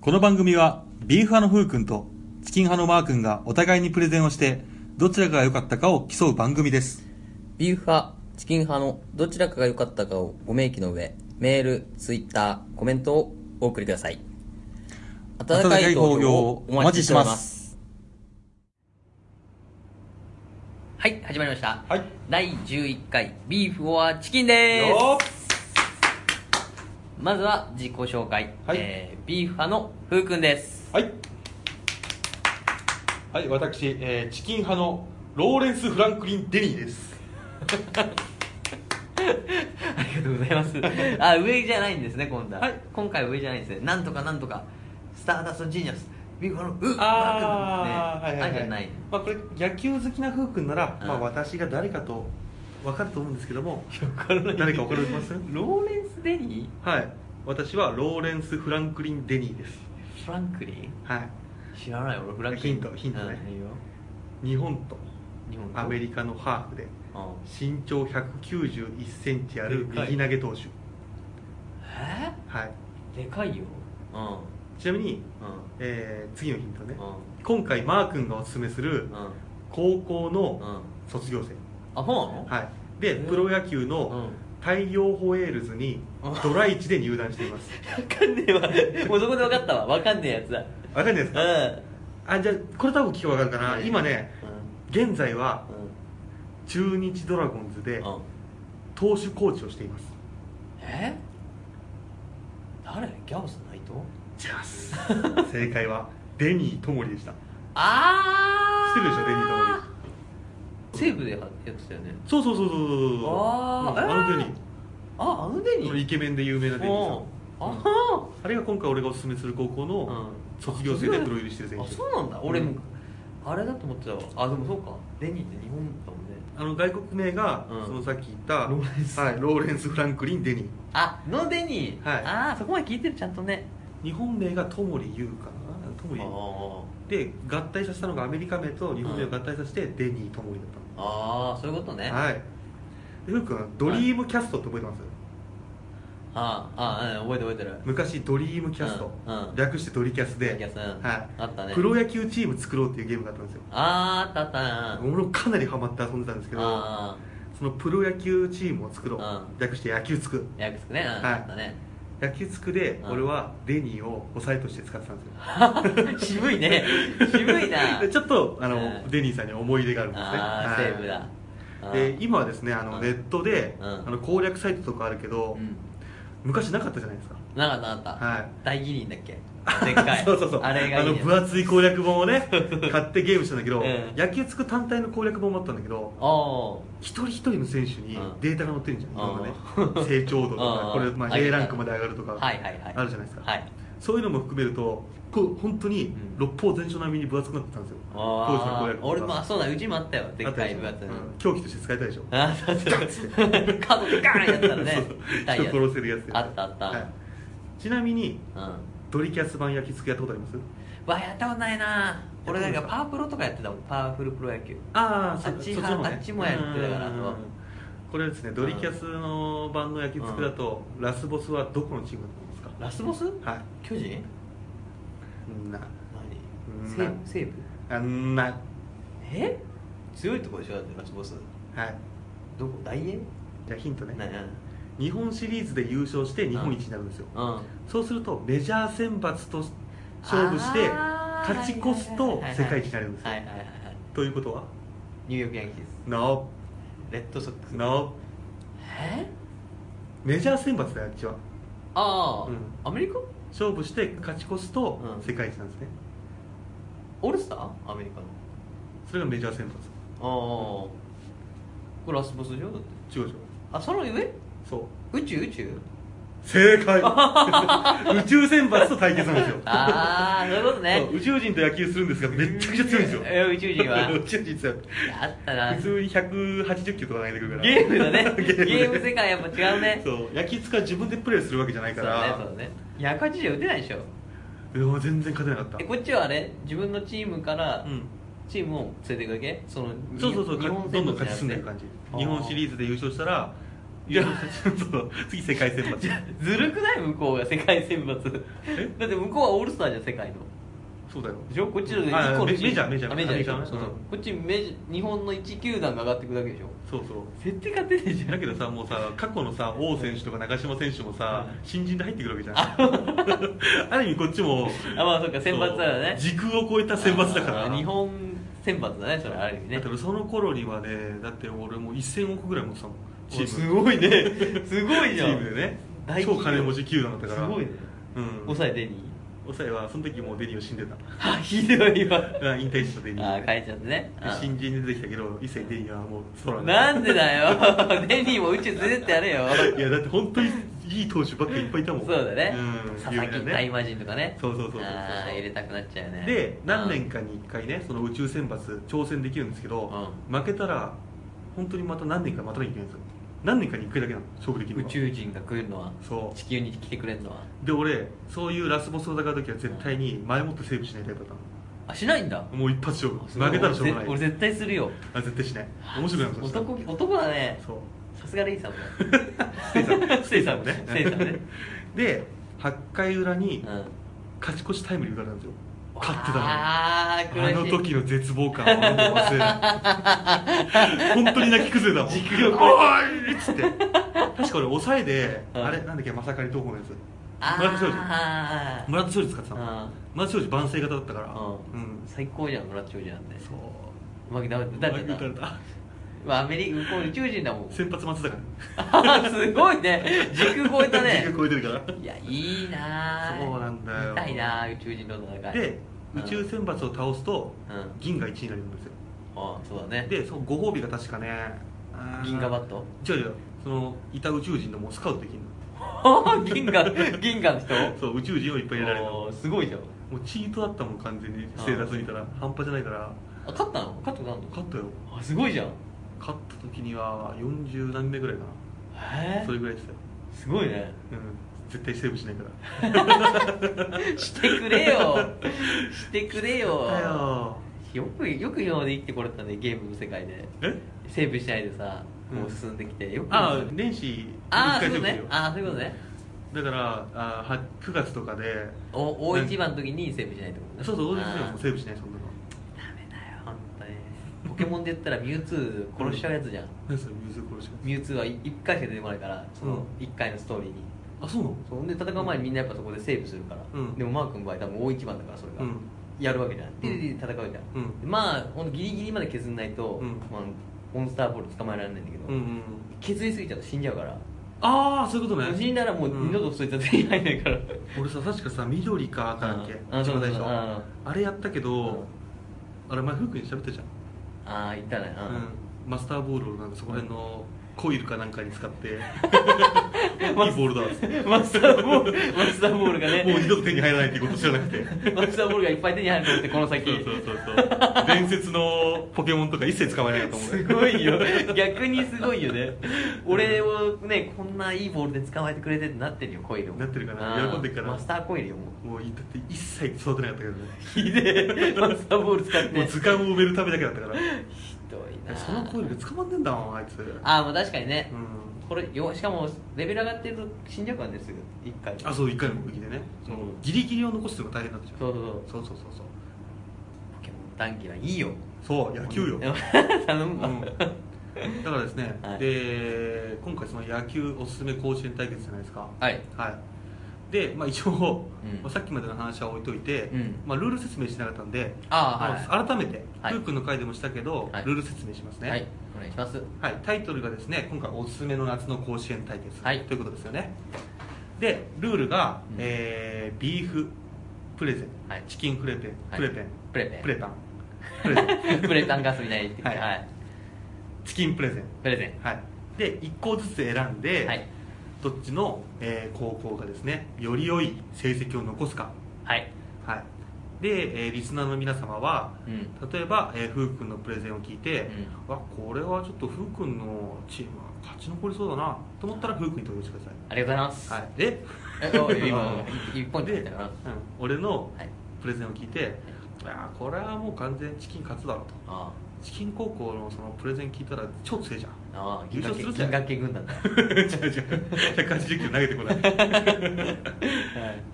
この番組はビーフ派のふうくんとチキン派のマーくんがお互いにプレゼンをしてどちらが良かったかを競う番組ですビーフ派、チキン派のどちらかが良かったかをご明記の上、メール、ツイッター、コメントをお送りください。温かい投票をお待ちしております。はい、始まりました。はい第11回、ビーフオアチキンです。まずは自己紹介。はいえービーフ派のふうくんです。 はいはい私、えーチキン派のローレンス・フランクリン・デニーですありがとうございます。あ、上じゃないんですね、今度は。はい今回は上じゃないんですね。なんとかなんとか、スターダストジーニアス、ビーフ派のう、ああ、マークはいはいねあはじゃいない。まあ、これ野球好きなふうくんなら、うんまあ、私が誰かと分かると思うんですけども誰か分かりますローレンス・デニはい私はローレンス・フランクリン・デニーですーフランクリンはい知らない俺フランクリンヒントヒントねうんいいよ日本と日本とアメリカのハーフでうん身長1 9 1センチある右投げ投手えはいーでかいようんうんちなみに、えー次のヒントねう今回マー君がおすすめするん高校うんのうん卒業生あそうなのはいでうんプロ野球のう太陽ホエールズにドラ1で入団してい ますん分かんねえわもうそこで分かったわ分かんねえやつだわかんないですかあじゃあこれ多分聞けばわかるかなうん今ね現在はうん中日ドラゴンズうでんうん投手コーチをしていますえ誰ギャオス内藤違います 正解はデニー・トモリでしたあ知ってるでしょデニー・トモリ西武でやってたよねそうそうそうそうそうそうそうあーうんあのえーデニーああのデニこのイケメンで有名なデニーさんうあんあれが今回俺がおすすめする高校の卒業生でプロ入りしてる選あ手そうなんだ俺も、うんあれだと思ってたわあでもそうかデニーって日本だもんねあの外国名がうんそのさっき言ったローレンスはいローレンス・フランクリン・デニーあのデニー、はいああそこまで聞いてるちゃんとね日本名がトモリ・ユウかなトモリあで合体させたのがアメリカ名と日本名を合体させてデニー・トモリだったのーあーそういうことね、はいでふうくんドリームキャストって覚えてますあーあー、うん、覚えてる覚えてる昔ドリームキャストうんうん略してドリキャスドリでキャスうんはいあったねプロ野球チーム作ろうっていうゲームがあったんですよあーあったあったうん俺もかなりハマって遊んでたんですけどあそのプロ野球チームを作ろうんう略して野球つくあやくつくね、うんはいあったね 野球つくでうん俺はデニーを抑えとして使ってたんですよ渋いね渋い なでちょっとあの、うんデニーさんに思い出があるんですねああはいセーブだあでー今はですねあのうんネットで、うんあの攻略サイトとかあるけど、うん昔なかったじゃないですかなかったなかった、はい大義人だっ けでっかいそうそうそうあれがいいのね分厚い攻略本を ね買ってゲームしたんだけど、うん野球つく単体の攻略本もあったんだけどおー一人一人の選手にうんデータが載ってるんじゃん、いろんなねうん成 長度とか、うんこれ、まあ、上げ A てランクまで上がるとか、はいはいはいあるじゃないですかはいそういうのも含めるとこう本当にうん六方全書並みに分厚くなってたんですよ、当時の攻あ略あ本俺がもあそうだうちもあったよであっったかでしいょ部活にうん凶器として使えたでしょあそうそうカードでガーンやったらねそうそう痛いや人殺せるやつあったあったはいちなみにうんドリキャス版焼きつくやったことありますわやったことないな俺なんやかったことないですかパワープロとかやってたもんパワフルプロ野球あそあっちそっちの方ねあっちもやってたからそうこれですねドリキャスの版の焼きつくだとラスボスはどこのチームだと思いますかラスボスはい巨人うんな何西な武西武あんなえ強いとこでしょだってラスボスはいどこ大英じゃあヒントね何何日本シリーズで優勝して日本一になるんですようんそうするとメジャー選抜と勝負してあー勝ち越すと世界一になるんですよはいはいはいはいということはニューヨークヤンキース No レッドソックス No えメジャー選抜だよあっちはああ、うんアメリカ勝負して勝ち越すとうん世界一なんですね、オールスターアメリカのそれがメジャー選抜ああこれラスボスでしょだって違う違うあその上そう宇宙宇宙正解 宇宙選抜と対決なんですよああそういうことねそう宇宙人と野球するんですがめっちゃくちゃ強いんですよえ宇宙人 は宇宙人強いあったな普通に180キロとか投げてくるからゲームだね ゲゲームーム世界やっぱ違うねそう焼きつか自分でプレーするわけじゃないかそうだねらそうだね180打てないでしょうわ全然勝てなかっえたこっちはあれ自分のチームからうんチームを連れていくだけそのそうそうそう日本どんどん勝ち進んでいく日本感戦じあー日本シリーズで優勝したら いや、ちょっと、次世界選抜。ずるくない向こうが世界選抜えだって向こうはオールスターじゃん世界のそうだよ。でしょこっちのねあ一個のメチームメジャーメジャーあメジャーでしアメょリカそのうそううんこっちメジ日本の1球団が上がってくだけでしょそうそう。絶対勝てねえじゃ んだけどさ、もうさ、過去のさ、王選手とか中島選手もさ、新人で入ってくるわけじゃん。 ある意味こっちも、あまあそうか選抜だからねそう時空を超えた選抜だから。あー日本選抜だねそれある意味だねからその頃にはね、だって俺もう1000億ぐらい持ってたもん。チーおム。すごいね すごいチじゃんームでね大。超企業金持ち球団だったすから。ごいねうん。抑えデニー抑えは、その時もうデニオ死んでた。あひど いわうん引退したデニオ。あー変えちゃってねであー新人で出てきたけど、一切デニオはもう空になんでだよ デニーも宇宙連れてってやれよいやだって本当にいい投手ばっかりいっぱいいたもんそうだね、うん佐々有木名な大魔人とかねそうそうそうそうあー入れたくなっちゃうよねで何年かかに1回ねその宇宙選抜挑戦できるんですけど、負けたら本当にまた何年か待たなきゃいけないんですよ何年かに1回だけなの勝負できる宇のは宙人が来るのはそう地球に来てくれるのはで俺そういうラスボスと戦う時は絶対に前もってセーブしないタイプだったあしないんだのもう一発勝負すごい負けたらしょうがない俺ぜ俺絶対するよあ絶対しない面白くないもんそしたら男男だねそうさすがレイさんもステ イさんステイさんもねステイさんねで8回裏にうん勝ち越しタイムリー打たれたんですよ勝ってたのにあああ苦しいの時の絶望感は本当 忘れない本当に泣き崩れたもん時空を超おいっつって確か俺抑えで、うんあれなんだっけまさかり投法のやつ村田庄司あ村田庄司使ってたもんあ村田庄司万世型だったからううんん最高じゃん村長じゃんねそううまくダメだって打たれなたまあアメリカ向こう宇宙人だもん先発松坂 あーすごいね時空超えた ね軸超えてるかいやいいなーそうなんだよ見たいなー宇宙人の戦らいでうん宇宙選抜を倒すとうん銀が1位になるんですよあそうだねでそのご褒美が確かねあー銀河バット違う違うそのいた宇宙人のもうスカウトできる 銀河銀河の人のそう宇宙人をいっぱい入れられるのおーすごいじゃんもうチートだったもん完全にステータス見たら半端じゃないからあ勝ったの勝ったことある勝ったよのあすごいじゃん勝った時には40何名ぐらいかへなえそれぐらいでしたよ、すごいねうん、絶対セーブしないからしてくれ よしてくれよだよよくよく今まで生きてこれたねゲームの世界でえセーブしないでさうんこう進んできてよくああ年始あー一そセうーブするねよあーそういうことねだからあーは9月とかでお大一番の時にセーブしないってことねそうそう大あ関ーはもうセーブしないそんなのダメだよ本当にポケモンで言ったらミュウツー殺しちゃうやつじゃん、何それ水殺しかミュウツーは1回しか出てこないからそうのん1回のストーリーに、あそうなのそうで戦う前にみんなやっぱそこでセーブするから、うんでもマー君の場合多分大一番だからそれが、うんやるわけじゃんででで戦うじゃん、うんでまあほんとギリギリまで削んないと、うんまあ、モンスターボール捕まえられないんだけど、うんうん削りすぎちゃうと死んじゃうからああそういうことね死んだらもう二度とそいつは手に入らないから、俺さ確かさ緑か赤だっけあ一番最そうそうそう初ああれやったけうんどあれ前フークに喋ったじゃんああ言ったねうんマスターボールをなんかそこら辺のコイルかなんかに使って いいボールだっつってうん、マスターボールマスターボールがねもう二度と手に入らないっていうこと知らなく てマスターボールがいっぱい手に入ると思ってこの先そうそうそうそう伝説のポケモンとか一切捕まえなかったもんすねごいよ逆にすごいよね俺をねこんないいボールで捕まえてくれてってなってるよコイルもなってるかなあー喜んでっからマスターコイルよももうだって一切育てなかったけどねうひでえマスターボール使ってもうひ図鑑を埋めるためだけだったからどいなそのコイルが捕まってんだもんあいつうああまあ確かにね、んこれよしかもレベル上がってると死んじゃうからねすぐ一回あそうそう一回の攻撃でねそのギリギリを残すのが大変だったじゃんそうそうそうそうそうそうポケモン短期はいいよそう野球よ 頼むわ、うんだからですね、 はいで今回その野球おすすめ甲子園対決じゃないですかはいはいで、まあ、一応、うんまあさっきまでの話は置いといて、うんまあ、ルール説明しなかったんで、ああはまいあ改めて、はいルー君の回でもしたけど、はいルール説明しますね、はいお願いしますはい、タイトルがですね今回おすすめの夏の甲子園対決、はいということですよねでルールが、うんえービーフプレゼン、はいチキンフレペン、はいプレペンプレペンプレタンプレゼン プレタンガスみたいに言ってきて はいはい、チキンプレゼンプレゼンはいで1校ずつ選んで、はいどっちの、えー高校がですねより良い成績を残すかはいはいで、えーリスナーの皆様はうん例えば、えー、ふうくんのプレゼンを聞いて、うわこれはちょっとふうくんのチームは勝ち残りそうだなと思ったらふうくんに投票してくだありがとうございます、さい、はい、でえおい 今1ポイントでだよなうん俺のはいプレゼンを聞いて、いやこれはもう完全にチキン勝つだろうとあチキン高校のそのプレゼン聞いたら超強い じゃんああ優銀河勝系する銀ぜ河系軍団だ違う違う180キロ投げてこない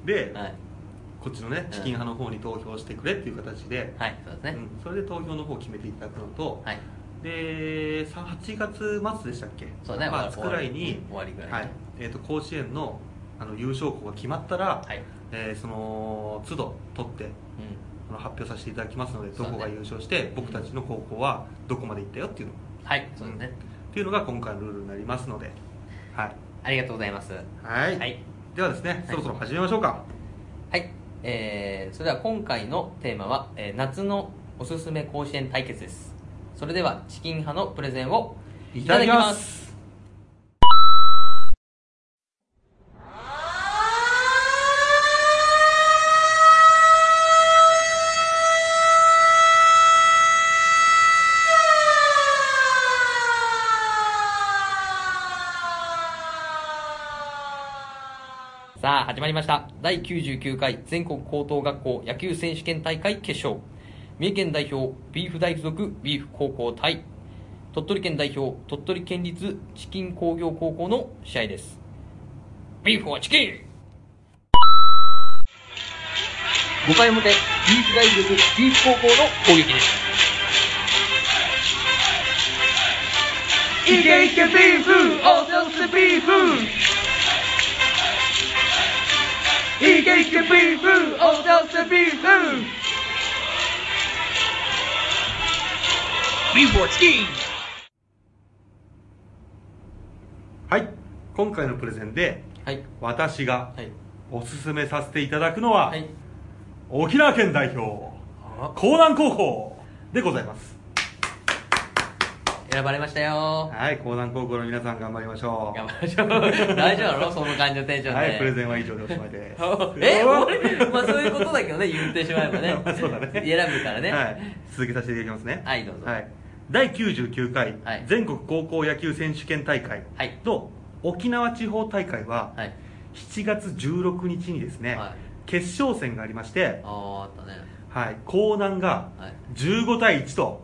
で、はいこっちのねチキン派の方に投票してくれっていう形で、はいそうですね、うんそれで投票の方を決めていただくのと、はいでさ8月末でしたっけそうだねまあ、終くわりらいに終わりぐらいにはいえー、と甲子園のあの優勝校が決まったら、はいえーその都度取ってあの発表させていただきますのでそどうだこねが優勝して、僕たちの高校はどこまで行ったよっていうのうんはいそうですね、んっていうのが今回のルールになりますのではいありがとうございますはい、はい、ではですね、そろそろ始めましょうかはいえー、それでは今回のテーマは、えー夏のおすすめ甲子園対決ですそれではチキン派のプレゼンをいただきまいすただきますさあ始まりました第99回全国高等学校野球選手権大会決勝三重県代表ビーフ大附属ビーフ高校対鳥取県代表鳥取県立チキン工業高校の試合ですビーフはチキン5回表ビーフ大附属ビーフ高校の攻撃ですいけいけビーフおそすビーフいけいけビーフおそすビーフビーフはチキンはい今回のプレゼンではい私がはいおすすめさせていただくのは、はい沖縄県代表江南高校でございます選ばれましたよはい江南高校の皆さん頑張りましょ頑張りましょう大丈夫だろその感じのテンシうョンではいプレゼンは以上でおしまいです えお俺まあそういうことだけどね言ってしまえばねまあ そうだね選ぶからねはい、続けさせていただきますねはいどうぞはい、第99回、はい全国高校野球選手権大会はいと沖縄地方大会ははい7月16日にですね、はい決勝戦がありましてあ、ああったねはい、江南がはい15対1と、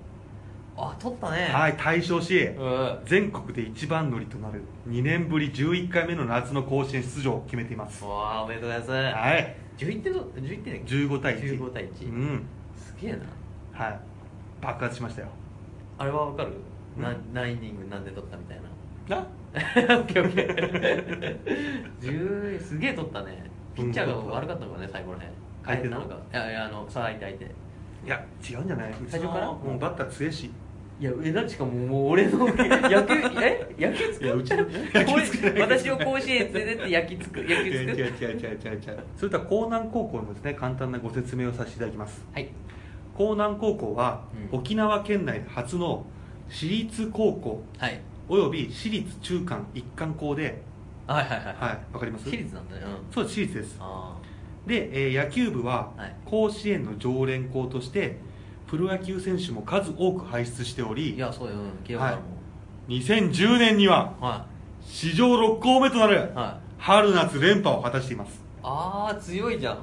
あ取ったねはい、大勝しうん全国で一番乗りとなる2年ぶり11回目の夏の甲子園出場を決めていますうわあおめでとうございます、はい11点ぞ11点だっけ15対1 15対1うんすげえなはい爆発しましたよあれはわかる、うんな何イニング何で取ったみたいな なオッケーオッケー10すげえ取ったねピッチャーが悪かったのかね最後らへん相手の変えたのかいやいやあのさあ相手相手いや違うんじゃない最初からうちのもうバッター強いしいや、え、なんしかもう、もう俺の、 野球、え 野球ついやうちのこれ私を甲子園連れてって野球つく、野違う球つ違うく。違う違う違う違うそれでは江南高校のですね簡単なご説明をさせていただきますはい。江南高校は、うん沖縄県内初の私立高校はい。および私立中間一貫校ではいはいはい。はいわかります私立なんだね。うん。そうです私立ですあで、えー野球部ははい甲子園の常連校としてプロ野球選手も数多く輩出しておあ。いりや、そうよ。うん。慶応からも。 2010年にはは史上6校目となるい。はい。春夏連覇を果たしていますあー、強いじゃん。うん。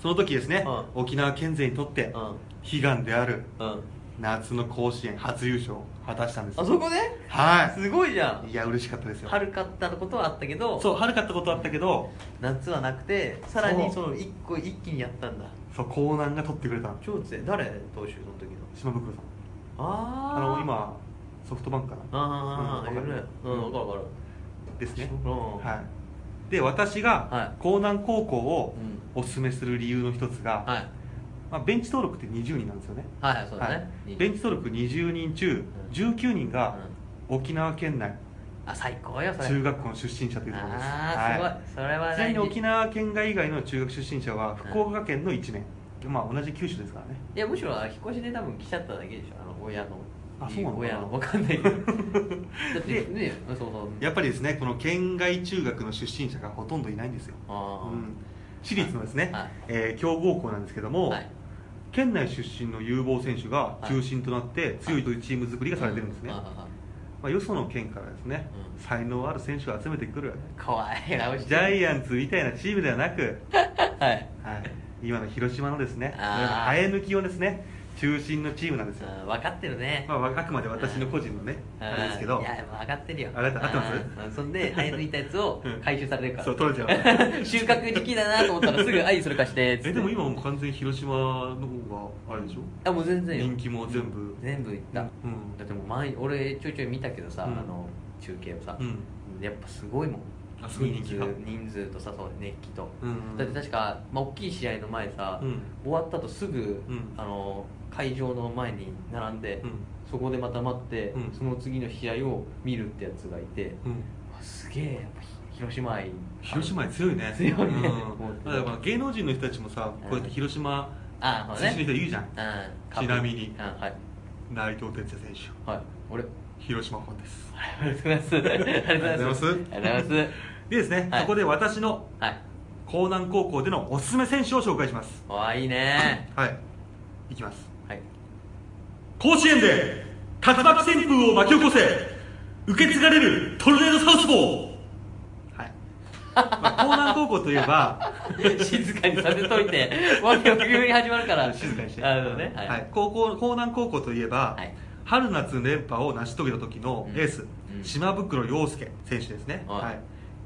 その時ですね、う沖縄県勢にとってうん。悲願であるうん。夏の甲子園初優勝を果たしたんですあそこねはすごいじゃいん。いや嬉しかったですよ春かったことはあったけど、そう春かったことあったけど夏はなくて、さらにそその一個一気にやったんだ。そう江南が取ってくれたの超強い。誰投手の時の。島袋さんああー。の。今ソフトバンクかなああ、うんいわかるるね。うん、わかるわかる。ですねうんはいで私はが江南高校をうおすすめする理由の一つが、はい。まあ、ベンチ登録って20人なんですよねはいはい、そうだね。はいいいベンチ登録20人中19人が沖縄県内あ、最高よ、それ。中学校の出身者というところですあはいあ、すごい。それはちなみに沖い縄県外以外の中学出身者は福岡県の1名、まあ同じ九州ですからねや、むしろ、引っ越しで多分来ちゃっただけでしょ、あの、親の。あそうなのかな親の、わか んないけど。だって、ね、そうそう。やっぱりですねこの県外中学の出身者がほとんどいないんですよ、あうん私立のですね、はいえー強豪校なんですけどあ。も、はい。県内出身の有望選手が中心となって強いというチーム作りがされてるんですね、うまあ、よその県からですね、うん才能ある選手を集めてくるかわいい顔して。ジャイアンツみたいなチームではなく、 はい。はい、今の広島のですねあー生え抜きをですね中心のチームなんですよ、うん分かってるねまあ、あくまで私の個人のねうんあれですけどいやもう上がってるよ上がった合ってますうんそ んで早抜いたやつをうん回収されるからそう取れちゃう 収穫時期だなと思った らすぐ「愛それ貸して」っつってえでも今もう完全に広島の方があれでしょあもう全然よ人気も全部全部いった、うんだってもう前俺ちょいちょい見たけどさ、うんあの中継をさ、うんやっぱすごいもんあすごい人気が数人数とさそう熱気と、うんだって確か、まあ、大きい試合の前さ、うん終わった後すぐ、うんあの会場の前に並んで、うんそこでまた待って、うんその次の試合を見るってやつがいて、うんうわすげえやっぱひ広島愛広島愛強いね強いねうんもうだからまあ芸能人の人たちもさこうやって広島ああそう出身の人ねいるじゃんうちんなみにうんはい内藤哲也選手はい俺 広島ファンですありがとうございますありがとうございますあありりががとうござとうございまいますすでですねはいそこで私のはい江南高校でのおすすめ選手を紹介しますわあいいねはいいきますはい 甲子園で竜巻旋風を巻き起こせ受け継がれるトルネードサウスポーはい、 まあ、江南高校といえば静かにさせとい てわけを急に始まるから静かにしてあのねはい、はい高校江南高校といえば、はい春夏連覇を成し遂げた時のエース、うんうん島袋洋介選手ですね、はいはい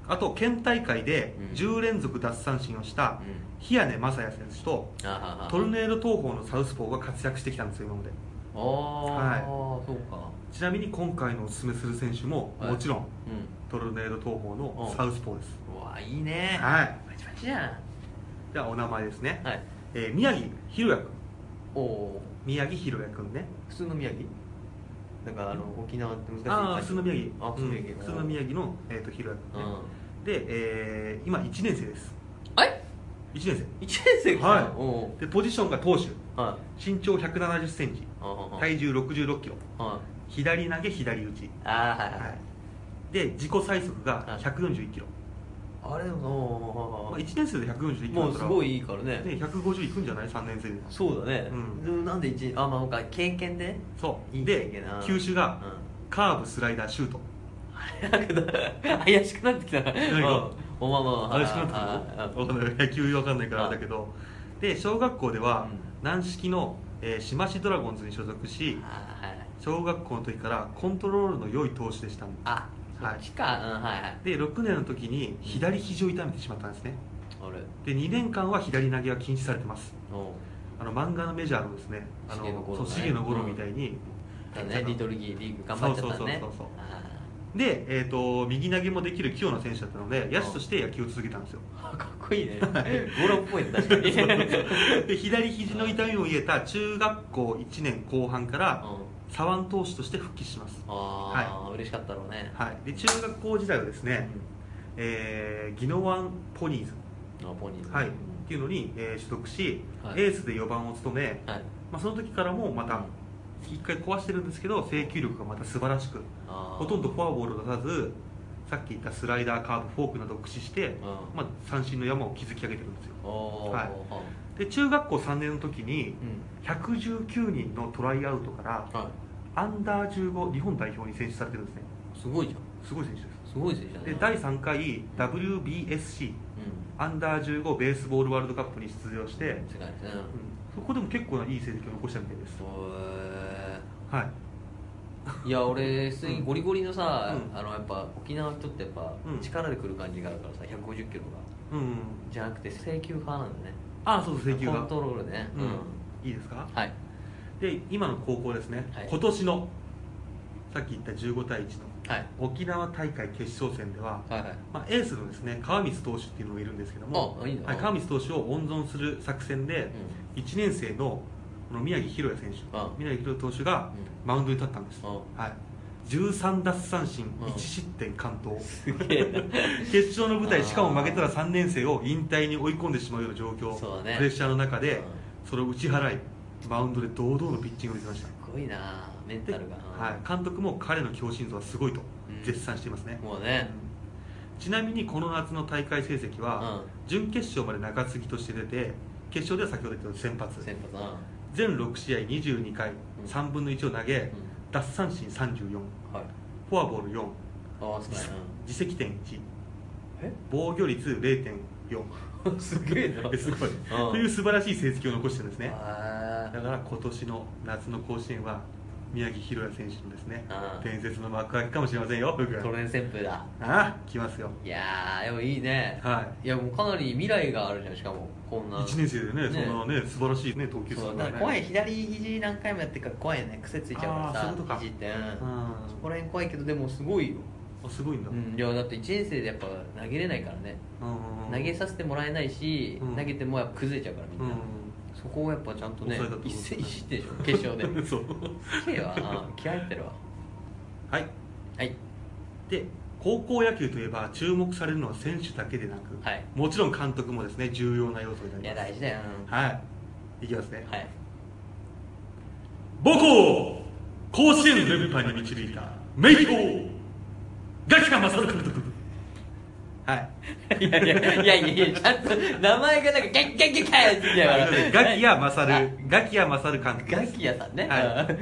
あと県大会でうん10連続奪三振をしたうん日谷正也選手とあははトルネード投法のサウスポーが活躍してきたんですよ今までああー、そうかちなみに今回のおすすめする選手もはいもちろんうトルネード東方のサウスポーです、んうわあいいねはいパチパチじゃじゃあお名前ですね、んはいえー宮城ひろや君おお宮城ひろや君ね普通の宮城なんかあの沖縄って難しいああ普通の宮城あ普通の宮城うん、普通の宮城の、えー、とひろや君、ねうで、えー今1年生ですんえ1年一年生かはいおお生でポジションが投手は身長1 7 0センチいは体重6 6キロはい左投げ左打ち、ああはいははいい、で自己最速が1 4 1キロ、あれでもまあ、な1年生で1 4 1キロもだうかすらごいいいからねね、150いくんじゃない3年生でそうだね、うんでもなんで一あまあなんか経験でそういい経で験な球種うがんカーブスライダーシュートなんか怪しくなってきたな何がおまあまあ怪しくなってあくるの分かんない野球わかんないからあれだけどで小学校ではうん軟式の、えー、島市ドラゴンズに所属しああはい小学校の時からコントロールの良い投手でしたのあそはいっちか、うんはいはいで6年の時に左肘を痛めてしまったんですね俺で2年間は左投げは禁止されてますおうあの漫画のメジャーのですねあ重野の五郎そうね重野五郎みたいに、だねリトルギーリーグ頑張っちゃったそねうそうそうそうそうあで、えー、と右投げもできる器用な選手だったので野手として野球を続けたんですよあかっこい いねゴロっぽいね確 かにで左肘の痛みを癒えた中学校1年後半からうん左腕投手として復帰します、ああ、嬉しかったろうね、はい、で中学校時代はですね、えー、ギノワンポニーズ、ノーポニーズはい、っていうのに、えー所属し、はいエースで4番を務め、はいまあ、その時からもまた1回壊してるんですけど制球力がまた素晴らしくあーほとんどフォアボールを出さずさっき言ったスライダーカーブフォークなどを駆使して、まあ、三振の山を築き上げてるんですよおーはいで中学校3年の時にうん119人のトライアウトからはアンダー15日本代表に選出されてるんですねい、すごいじゃすごい選手でんすごい選手だすねで第3回 WBSC うアンダー15ベースボールワールドカップに出場して、うんん世界ですねそこでも結構ないい成績を残したみたいですへはいーいや俺普通にゴリゴリのさ、うんあのやっぱ沖縄の人ってやっぱうん力でくる感じがあるからさ150キロがうんうんじゃなくて制球派なんだねああそうそう制球コがントロールねうん、いいですかはいで今の高校ですね、はい今年のさっき言った15対1はいの沖縄大会決勝戦では、はいはいまあ、エースのですね川満投手っていうのがいるんですけどもあいいなはい、川満投手を温存する作戦で、1年生のこの宮城宏也選手あ宮城宏也投手がマウンドに立ったんです、あはい、13奪三振あ1失点完投すげえ 決勝の舞台あしかも負けたら3年生を引退に追い込んでしまうような状況そうだねプレッシャーの中でそれを打ち払いマウンドで堂々のピッチングを見せましたすごいなメンでタルが、はい、監督も彼の強心臓はすごいとうん絶賛していますね、もうねちなみにこの夏の大会成績は、準決勝まで中継ぎとして出て決勝では先ほど言ったように先発先発な、全6試合22回うん3分の1を投げ、奪三振34はいフォアボール4ああすごいな自責点1え防御率0.4 すげえな えすごいうんという素晴らしい成績を残してるんですねあなだから今年の夏の甲子園は宮城宏也選手のですねうん伝説の幕開けかもしれませんよ僕トレン旋風だああ来ますよいやーでもいいね、、はいやもうかなり未来があるじゃんしかもこんな1年生でねねそんなね素晴らしいね投球数そうがだねから怖い左肘何回もやってるから怖いよね癖ついちゃうからあーさそういうことか肘って、ううんんそこら辺怖いけどでもすごいよ、あすごいんだうん、いやだって1年生でやっぱ投げれないからね、うん投げさせてもらえないし、うん投げてもやっぱ崩れちゃうからみんうな、んそこをやっぱちゃんとね抑えたってことですね一戦一死でしょ決勝でそうきれいわな気合入ってるわはいはいで高校野球といえば注目されるのは選手だけでなく、はいもちろん監督もですね重要な要素にいなやります大事だよ、はいいきますね、はい母校甲子園連覇に導いた名評ガキカマサル監督はいいやいやいやいやいや、ちゃんと名前がなんか、ゲッゲッゲッゲッって言ってたよ。ガキヤマサルガキヤマサル監督ガですキ屋さんね。はうん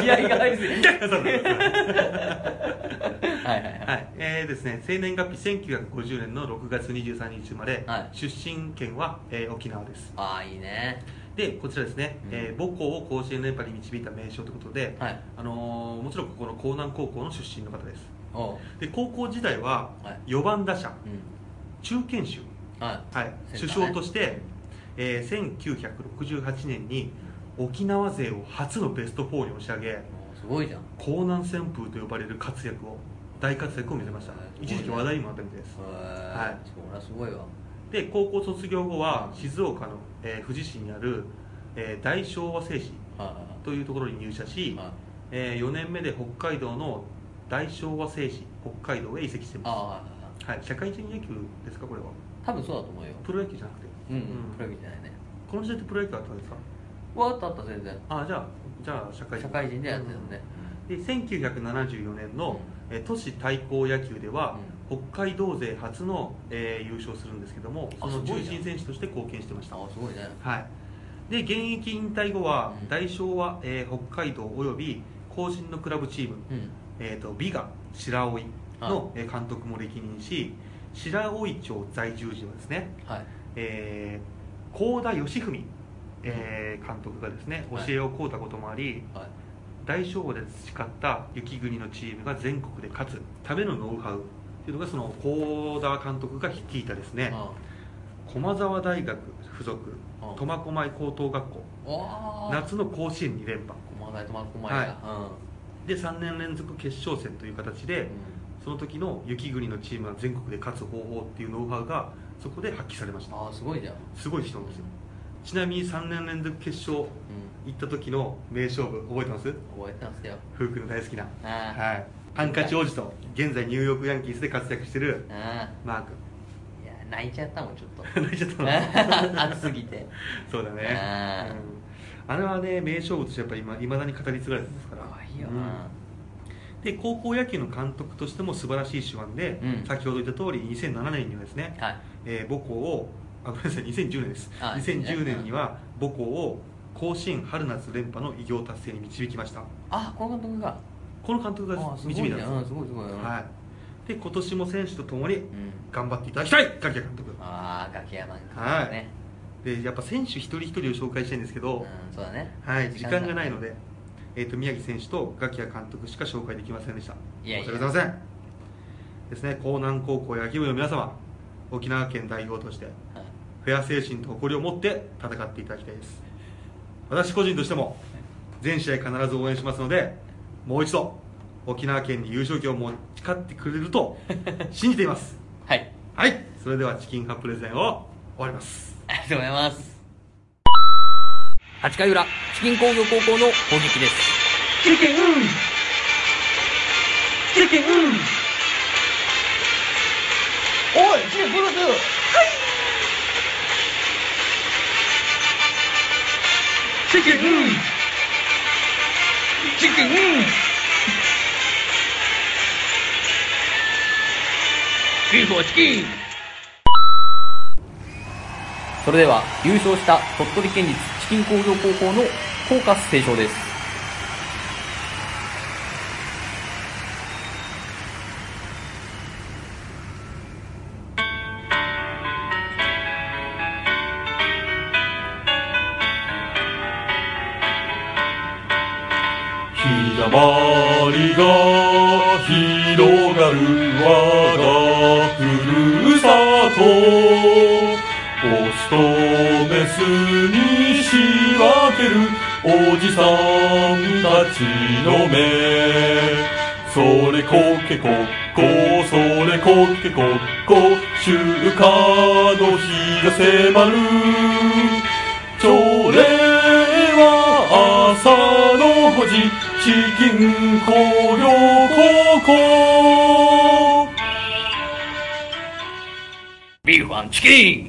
気合が入りすぎて。ガキヤマサル監督はいはいははい。い、えーですね、生年月日1950年の6月23日生まれ、はい出身県は、えー沖縄ですああ、いいね。でこちらですね、うんえー母校を甲子園連覇に導いた名将ということで、はい。あのーもちろんここの江南高校の出身の方ですおう。で高校時代ははい4番打者、うん。中堅手、ははい、セ首ンターね相として、えー1968年に沖縄勢を初のベスト4に押し上げい。おうすごいじゃん。江南旋風と呼ばれる活躍を大活躍を見せましたうん一時期話題にもなったみたいですはいい。そりゃすごいわ。で高校卒業後は静岡の、えー富士市にある、えー大昭和製紙はというところに入社いし、はい。え4年目で北海道の大昭和製紙北海道へ移籍してああまはいはいはい。す、はい、社会人野球ですかこれは多分そうだと思うよ。プロ野球じゃなくてうんうん。プロ野球じゃないね。この時代ってプロ野球あったんですかわあったあった、全然。あじゃあじゃあ社会人社会人でやってたのね。で1974年の、えー都市対抗野球では、北海道勢初の、えー優勝するんですけどもそあのすご中いじゃん心選手として貢献してましたああ、すごいね。はい、で現役引退後は、うん大正は、えー北海道および後進のクラブチーム、うん。えー、とビガ白老はの、えー監督も歴任し白老町在住時はですね、はい。えー、高田義文、えー監督がですねはい教えを請うたこともあり、はい。大正で培った雪国のチームが全国で勝つためのノウハウというのがその高田監督が率いたですね駒沢大学附属うん苫小牧高等学校おお。夏の甲子園2連覇駒台と苫小牧だ。で3年連続決勝戦という形うでん。その時の雪国のチームが全国で勝つ方法っていうノウハウがそこで発揮されましたああ、すごいじゃん。すごい人なんですよちなみに3年連続決勝う行った時の名勝負覚えてますん。覚えてますよ。フークの大好きなああ。はい、ハンカチ王子と現在ニューヨークヤンキースで活躍してるあマーあ。いや、泣いちゃったもん、ちょっと。君 泣いちゃったの 暑す ぎて。そうだねあーうんあれはね名勝負としてやっぱいまだに語り継がれてますから怖いよな。うんで高校野球の監督としても素晴らしい手腕で、うん先ほど言った通り2007年にはですね、はい。えー母校をあごめんなさい2010年ですあ2010年には母校を甲子園春夏連覇の偉業達成に導きましたあ、この監督が。この監督あがあ、すごい導いじたんですゃん。うんすごいすごい。うんはい、で今年も選手とともにうん。頑張っていただきたいガキヤ監督ああ、崖山君はいね。でやっぱ選手一人一人を紹介したいんですけど、うん、そうだね。はい、時間がないの。で、えー、と宮城選手とガキヤ監督しか紹介できませんでしたいやいや申し訳ございませんですね江南高校野球部の皆様沖縄県代表としてはいフェア精神と誇りを持って戦っていただきたいです私個人としても全試合必ず応援しますのでもう一度沖縄県に優勝旗を持ち帰ってくれると信じてい ますはい。はいそれではチキンカップレゼンを終わりますありがとうございます。8回裏、チキン工業高校の攻撃です。チキンチキンおい、这不是这个。嘿。这个，嗯，这个，嗯。チキンチキンそれでは、優勝した鳥取県立チキン工業高校の効果斉唱です。 「だまりが広がる我がふるさとお勤めすに仕分けるおじさんたちの目それこけこっこそれこけこっこ集荷の日が迫る朝礼は朝の5時チキン工業高校ビーフンチキン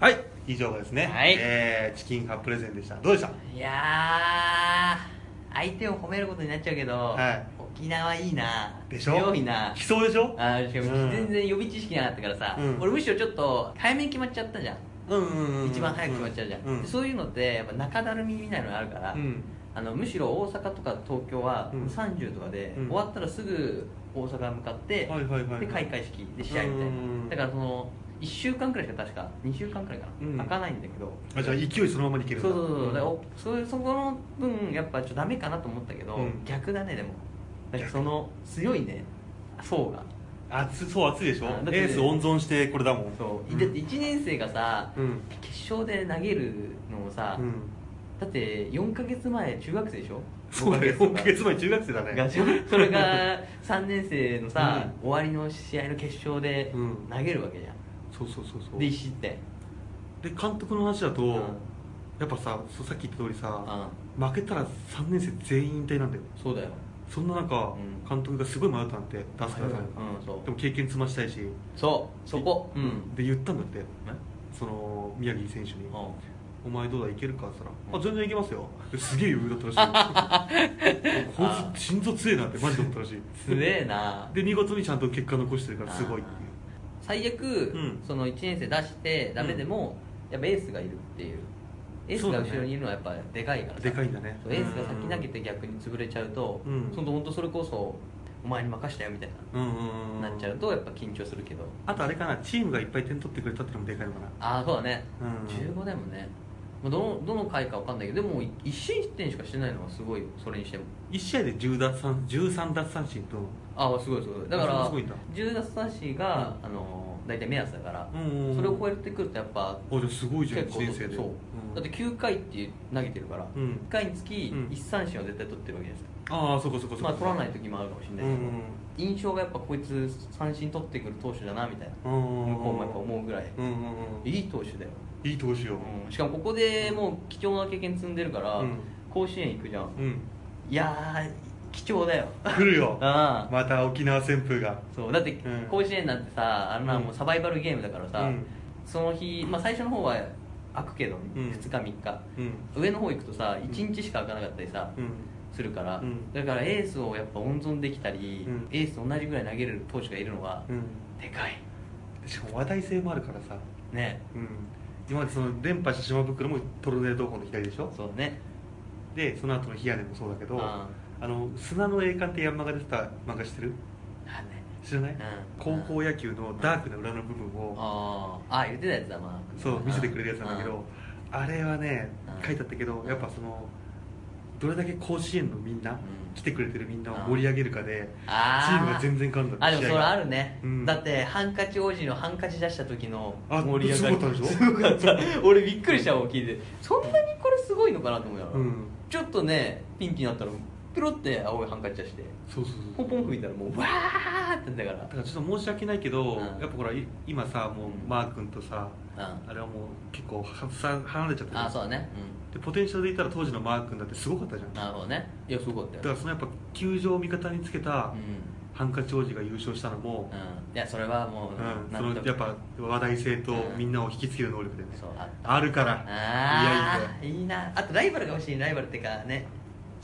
はい以上がですね、はいえーチキンカプレゼンでしたどうでしたいやー相手を褒めることになっちゃうけど、はい沖縄いいなでしょ強いな来そうでしょあーしかもうん全然予備知識なかったからさ、うん俺むしろちょっと早めに決まっちゃったじゃん、うんうんうんうん一番早く決まっちゃうじゃん、うんでそういうのってやっぱ中だるみみたいなのがあるから、うんあのむしろ大阪とか東京はうん30とかで、うん終わったらすぐ大阪向かって、はいはいはいはいで開会式で試合みたいな、うんだからその1週間くらいしか確か2週間くらいかうな、ん開かないんだけどあじゃあ勢いそのままにいけるんそだうそうそう、だからおそういうそこの分やっぱちょっとダメかなと思ったけど、うん逆だねでもなんかその強いね層が熱そう熱いでしょあだってエース温存してこれだもんそう、んだって1年生がさ、うん決勝で投げるのをさ、うんだって4ヶ月前中学生でしょそうだね5 4ヶヶ月月前中学生だがね それが3年生のさ、うん終わりの試合の決勝でうん投げるわけじゃん、そうそうそうそうでで1失点監督の話だと、うんやっぱさそうさっき言った通りさ、あ負けたら3年生全員引退なんだよそうだよそんな中、うん監督がすごい迷ったんて出すからさ、うんそうでも経験積ましたいしそうそこうんで言ったんだってえその宮城選手にうん「お前どうだいけるか?」って言ったら「あ全然いけますよ」ですげえ余裕だったら しいこいつ心臓強えなってマジで思ったらしいすげえなで見事にちゃんと結果残してるからすごいっていう最悪、んその1年生出してダメでも、やっぱエースがいるっていうエースそうがだね後ろにいるのはやっぱでかいからさでかいんだねそうエースが先投げて逆に潰れちゃうと、うんその本当それこそお前に任したよみたいうんうんうんな、なっちゃうとやっぱ緊張するけどあとあれかなチームがいっぱい点取ってくれたってのもでかいのかなああそうだね、うん15だもんねまあどのどの回かわかんないけどでも一進一点しかしてないのはすごいそれにしても1試合で10奪三13奪三振とああすごいすごいだかあらすごいんだ10奪三振が、あのー大体目安だから、うんそれを超えてくるとやっぱあじゃあすごいじゃん結1構年生でそう、んだって9回って投げてるから、うん1回につきうん1三振は絶対取ってるわけです、ああそうかそうかそうかまあ取らない時もあるかもしれないけうど、ん印象がやっぱこいつ三振取ってくる投手だなみたいな、うん向こうもやっぱ思うぐらい、うんうんうんいい投手だよ、いい投手よしかもここでもう貴重な経験積んでるから、うん甲子園行くじゃん、うんいやー貴重だ よ来るよああまた沖縄旋風がそうだってうん甲子園なんてさあんなもうサバイバルゲームだからさ、うんその日、まあ、最初の方は開くけど、うん2日3日うん上の方行くとさ1日しか開かなかったりさ、うんするから、うんだからエースをやっぱ温存できたり、うんエースと同じぐらい投げれる投手がいるのが、うんでかいしかも話題性もあるからさねうん今までその連覇した島袋もトルネード校の左でしょそうねでその後の火屋根もそうだけどああの砂の栄冠って山が出てた漫画知ってるあね知らない、うん高校野球のダークな裏の部分をあーあ言ってたやつだまあそう見せてくれるやつなんだけどあれはねうん書いてあったけどうんやっぱそのどれだけ甲子園のみんな、来てくれてるみんなを盛り上げるかであチームが全然変わるんだあでも試そ合れがあるね、うんだってハンカチ王子のハンカチ出した時のあ盛り上がりすごかったでしょすごかった俺びっくりしたもん聞いてそんなにこれすごいのかなと思うよ、うんちょっとねピンキーになったらピロって青いハンカチ出してそうそうそポうンポン吹いたらもうわーってだからだからちょっと申し訳ないけど、うんやっぱほらい今さもうマー君とさうんあれはもう結構はさ離れちゃったじゃんあそうだねでポテンシャルで言ったら当時のマー君だってすごかったじゃんうんだなるほどねいやすごかったかよらそのやっぱ球場を味方につけたうんハンカチ王子が優勝したのも、うんいやそれはもううん、そ納の得やっぱ話題性とうんみんなを引きつける能力でね、そうあったあるからあいあいいなあとライバルが欲しいライバルってかね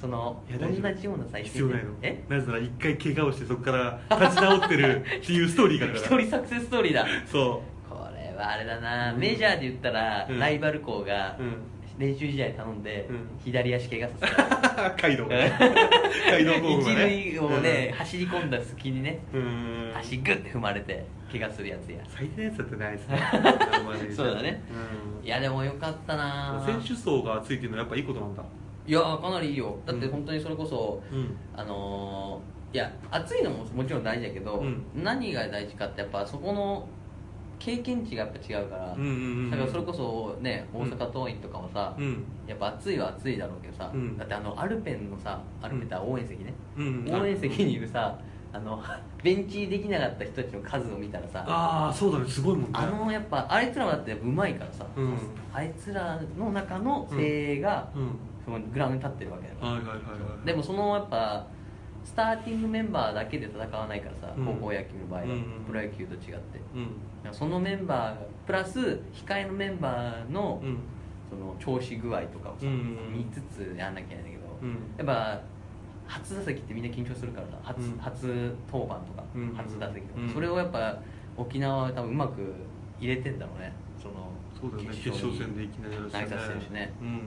そのやい同やいやじような最必要ないのえなぜなら一回怪我をしてそこから立ち直って るっていうストーリーがある一から人サクセスストーリーだそこれはあれだな、うんメジャーで言ったら、うんライバル校がうん練習試合頼んで、うん左足怪我させ たう カイドウカイドウ高校一がね塁をね、走り込んだ隙にねうんうん足グッて踏まれて怪我するやつや最低なやつだってないです ねそうだねうんいやでもよかったな選手層がついてるのはやっぱいいことなんだいやーかなりいいよだって本当にそれこそ、うんあのーいや暑いのももちろん大事だけど、うん何が大事かってやっぱそこの経験値がやっぱ違うから、うんうんうんだからそれこそね大阪桐蔭とかもさ、うんやっぱ暑いは暑いだろうけどさ、うんだってあのアルペンのさアルペンって応援席ね、うん応援席にいるさあのベンチできなかった人たちの数を見たらさああそうだねすごいもんねあのやっぱあいつらはだってうまいからさ、うんあいつらの中の精鋭が、うんそのグラウンドに立ってるわけだから、はいはいはいはいでもそのやっぱスターティングメンバーだけで戦わないからさ、うん高校野球の場合は、うんうんプロ野球と違ってだかうんらそのメンバープラス控えのメンバーの、うんその調子具合とかをさ、うんうんうん見つつやんなきゃいけないんだけど、うんやっぱ初打席ってみんな緊張するからさ初,、うん初登板とか、うん初打席とか、うんそれをやっぱ沖縄は多分うまく入れてんだろうねそのそうだよね決勝戦でいきなりやら投げさせてるしねうん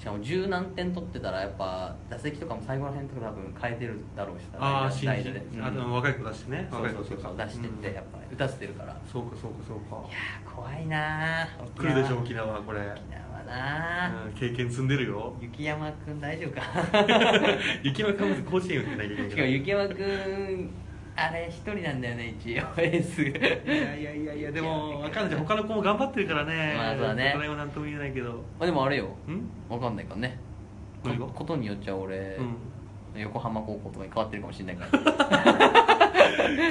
しかも十何点取ってたらやっぱ打席とかも最後ら辺とか多分変えてるだろうしさああ新代打人でうんあの若い子出してねそう若いそ子うそうそう出してって、うんやっぱ打たせてるからいそうかそうかそうかやー怖いなー沖来縄るでしょ沖縄これ沖縄なー、うん経験積んでる よ雪山くん大丈夫か雪のまず甲子園打ってなきゃいけないしかからも雪山くんあれ一人なんだよね一応エースいやいやいやいやでもあかんじゃん他の子も頑張ってるからねまあそうだねそこら辺は何とも言えないけどんあでもあれよわかんないからねこ何がことによっちゃ俺、う横浜高校とかに変わってるかもしれないから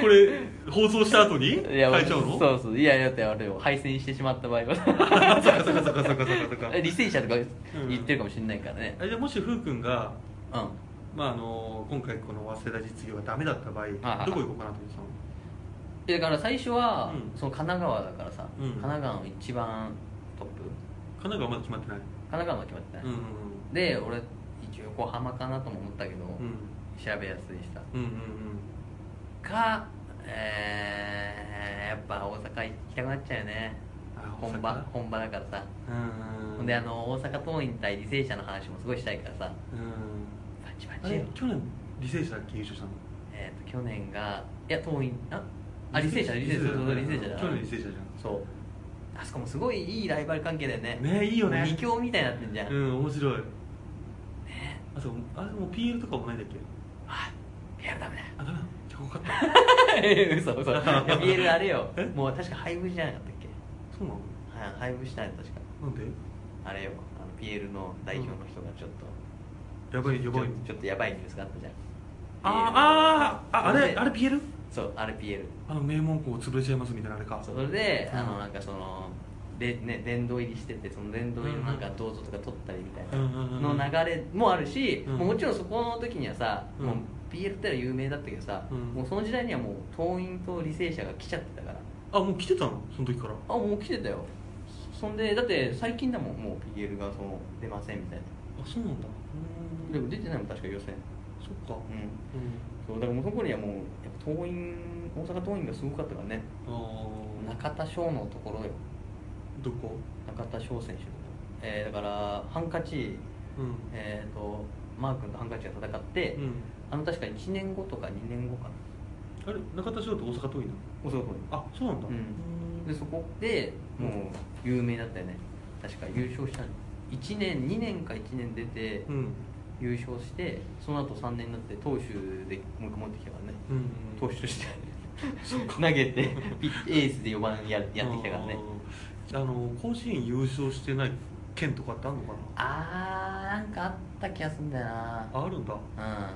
んこれ放送した後に変えちゃうのそうそういやいやだってあれよ敗戦してしまった場合 はあそっかそっかそっかそっかそっか履正社とか言ってるかもしれないからねあじゃあもしふうくんが、うん、まあ、あの今回この早稲田実業がダメだった場合はいどこ行こうかなと思ってたのだから最初は、うんその神奈川だからさ、うん神奈川の一番トップ神奈川まだ決まってない神奈川は決まってない、うんで俺一応横浜かなとも思ったけど、うん調べやすいしたうんうんかえー、やっぱ大阪行きたくなっちゃうよねあ大阪本場本場だからさ、うんうほんんであの大阪桐蔭対履正社の話もすごいしたいからさうんバチバあチれよ去年履正社だっけ優勝したのえっ、と去年がいや桐蔭ああ履正社履正社そうそう履正社だ去年履正社じそうあそこもすごいいいライバル関係だよねゃんねいいよね二強みたいになってんじゃん、うん面白いあそうあれもう PL とかもないんだっけあいやダメだあダメだじゃあこかった 嘘嘘いや BL あれよもう確か配布じゃなかったっそうなのけはい配布したいの確かなんであれよあの PL の代表の人がちょっと、やばいやばいちょちょっとやばいニュースがあったじゃんあーあーああそれであれ PL? そうあれ PL あの名門校潰れちゃいますみたいなあれかそうそれで、うんあのなんかそのでね殿堂入りしててその殿堂入りのなんか銅像とか取ったりみたいうんうんうんなの流れもあるし、うんもうもちろんそこの時にはさ、うんもう PL ってのは有名だったけどさ、うんもうその時代にはもう党員と履正社が来ちゃってたからあもう来てたのその時からあもう来てたよそんでだって最近だもんもう PL がその出ませんみたいなあそうなんだうでんも出てないもん確か予選そっかうんうんそうだからもうそこにはもうやっぱ桐蔭大阪桐蔭がすごかったからねあ中田翔のところよーどこ中田翔選手の、えーだからハンカチ、うんえー、とマー君とハンカチが戦って、うんあの確か1年後とか2年後かなあれ中田翔って大阪桐蔭なの大阪桐あそうなんだうんう蔭んでそこでもう有名だったよね確か優勝した1年2年か1年出てうん優勝してその後3年になって投手でもう一回持ってきたからね、うん投手と して投げてピッエースで4番ややってきたからねあーあの甲子園優勝してない県とかってあるのかあーなんかあった気がするんだよなああるんだなうんう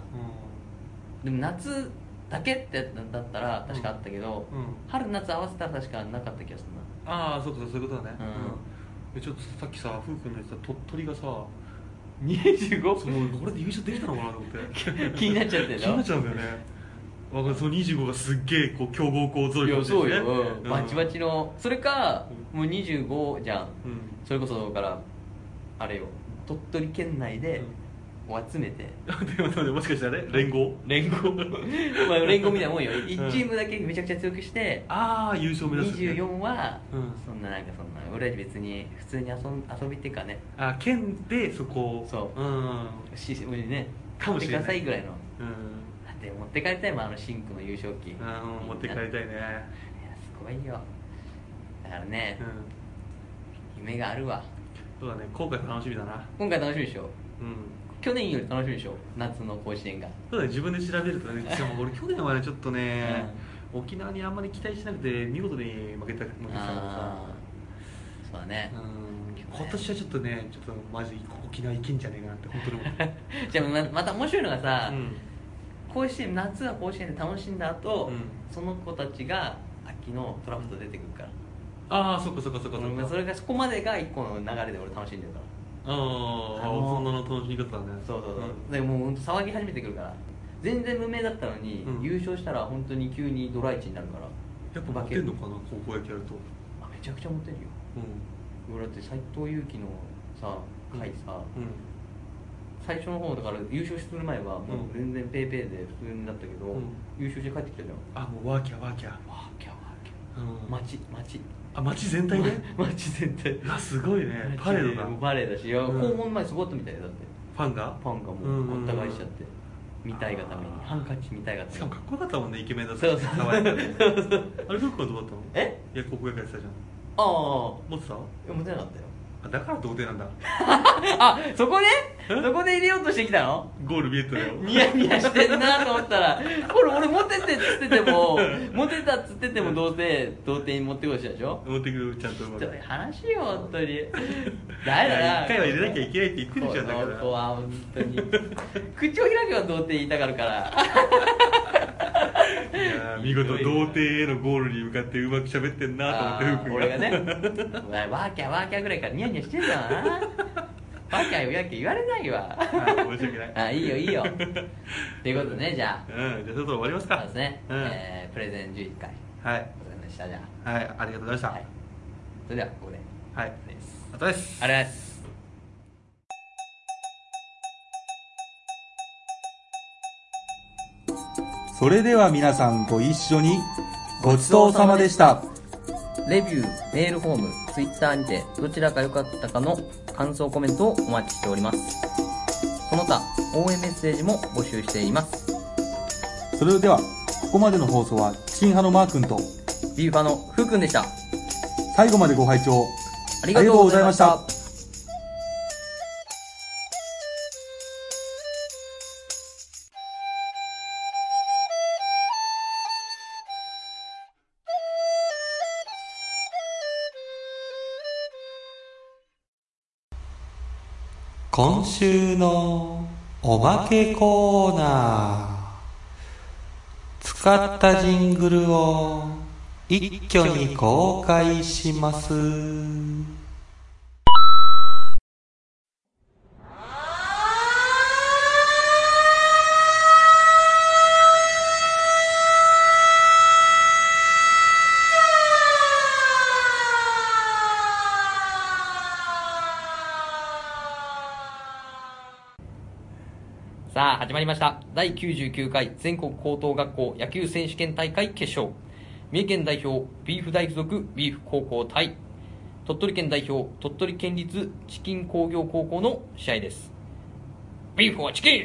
でも夏だけってだったら確かあったけど、ん、うん、春夏合わせたら確かなかった気がするなああそうかそうそういうことだねうんうん、ちょっとさっきさ夫婦のやつさ鳥取がさもう 25? これで優勝できたのかなと思って 気になっちゃってる気になっちゃうんだよねわかるその25がすっげえこう強豪校ぞいろいかもやしれそうないねよ、うんバチバチのそれかうもう25じゃんうん、それこそだからあれよ鳥取県内でを集め て、でもでももしかしたらね連合連合 まあ連合みたいなもんよ1チームだけめちゃくちゃ強くして、ああ優勝目指す、 24は、うんそんななんかそんな俺ら別に普通に遊ん遊びっていうかねあ県でそこをそううん、し無理ねかもしれない買ってくださいぐらいのうんだって持って帰りたいもんあのシンクの優勝旗うん、持って帰りたいやいね、すごいよだからねう、ん、夢があるわそうだね今回楽しみだな今回楽しみでしょうん去年より楽しみでしょ夏の甲子園がただね自分で調べるとね、でも俺、去年はね、ちょっとね、沖縄にあんまり期待しなくて、見事に負けた負けてたからあーそうだねさ、うん今年はちょっとね、ちょっとマジ、沖縄行けんじゃねえかなって、本当に 思う。じゃあままた面白いのがさ、うん甲子園夏は甲子園で楽しんだ後、うんその子たちが秋のドラフト出てくるからああ、そっかそっかそっかそっ俺か。それがそこまでが一個の流れで俺楽しんでるからああ、大人の楽しみ方だね。そうそうそう、でもうほんと騒ぎ始めてくるから全然無名だったのに、うん優勝したら本当に急にドライチになるからやっぱ負けるのかな、高校野球やると。あめちゃくちゃモテるよう俺だって斎藤佑樹のさん。回さ、うん。最初の方だから優勝する前はもうんう全然ペーペーで普通になったけど、うん優勝して帰ってきたじゃんあ、もうワーキャーワーキャー。わーきゃわーきうんゃ街街あ、街全体ね。 街全体あ、すごいね。パレードだ。パレードだしいや、うん校門前すごかったみたいだよだってファンがファンがうんうんうもんうごった返しちゃって見たいがためにあーハンカチ見たいがためにしかもかっこよかったもんねイケメンだったそうそう可愛いあれどこはどうだったのえいや高校野球やってたじゃんああ持ってたいやモテなかったよあだから童貞なんだあそこでえそこで入れようとしてきたのゴール見えてた よニヤニヤしてんなと思ったらこれ俺モテてっつっててもモテたっつっててもどうせ童貞に持ってこいしたでしょ持ってくるちゃんとうまちくょっと話よ本当にだいやだ一回は入れなきゃいけないって言ってるじゃんだからこの子は本当に口を開けば童貞言いたがるからいやー見事童貞へのゴールに向かってうまく喋ってんなと思ってあーふう、俺がねお前ワーキャーワーキャーぐらいからニヤニヤしてんだろうな。ワーキャーワーキャー言われないわ。 あ申し訳ないあ、いいよいいよ。ということでね、じゃうんじゃあそろそろ終わりますかあ、そうですね、うんえープレゼン11回、はいございました、じゃはいありがとうございましあ。たはい。それでは、ここで。はいですあとですありがとうございます。それでは皆さんご一緒にごちそうさまでした。レビュー、メールフォーム、ツイッターにて、どちらが良かったかの感想コメントをお待ちしております。その他、応援メッセージも募集しています。それでは、ここまでの放送はチキン派のマー君とビーファのふうくんでした。最後までご拝聴ありがとうございましありがたとうございま。今週のおまけコーナー使ったジングルを一挙に公開しますさあ始まりました第99回全国高等学校野球選手権大会決勝三重県代表ビーフ大付属ビーフ高校対鳥取県代表鳥取県立チキン工業高校の試合ですビーフはチキン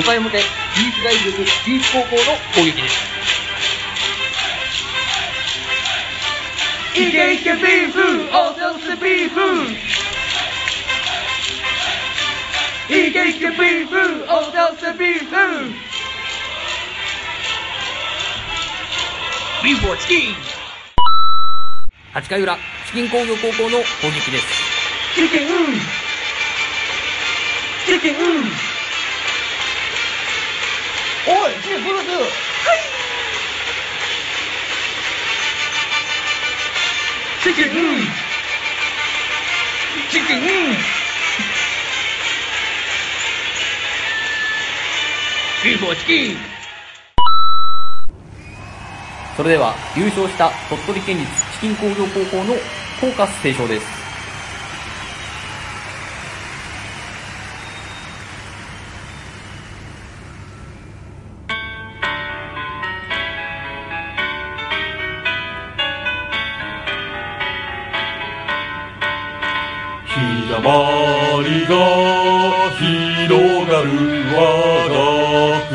5回表ビーフ大付属ビーフ高校の攻撃ですいけいけビーフオーソスビーフいけいけビーフオーソスビーフビーフはチキン8回裏チキン工業高校の攻撃ですチキンチキンおいチキンブルースチキンチキンビーフォチキンそれでは優勝した鳥取県立チキン工業高校の校歌斉唱ですひだまりが広がる我がふ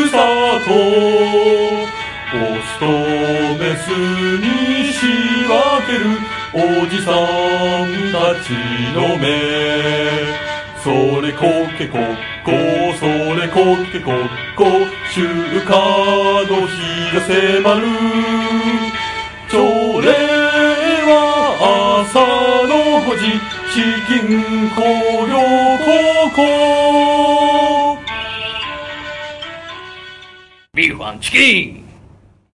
るさとオスとメスに仕分けるおじさんたちの目それこけこっこそれこけこっこ週夏の日が迫る朝礼は朝の5時資金工業高校ビーフンチキン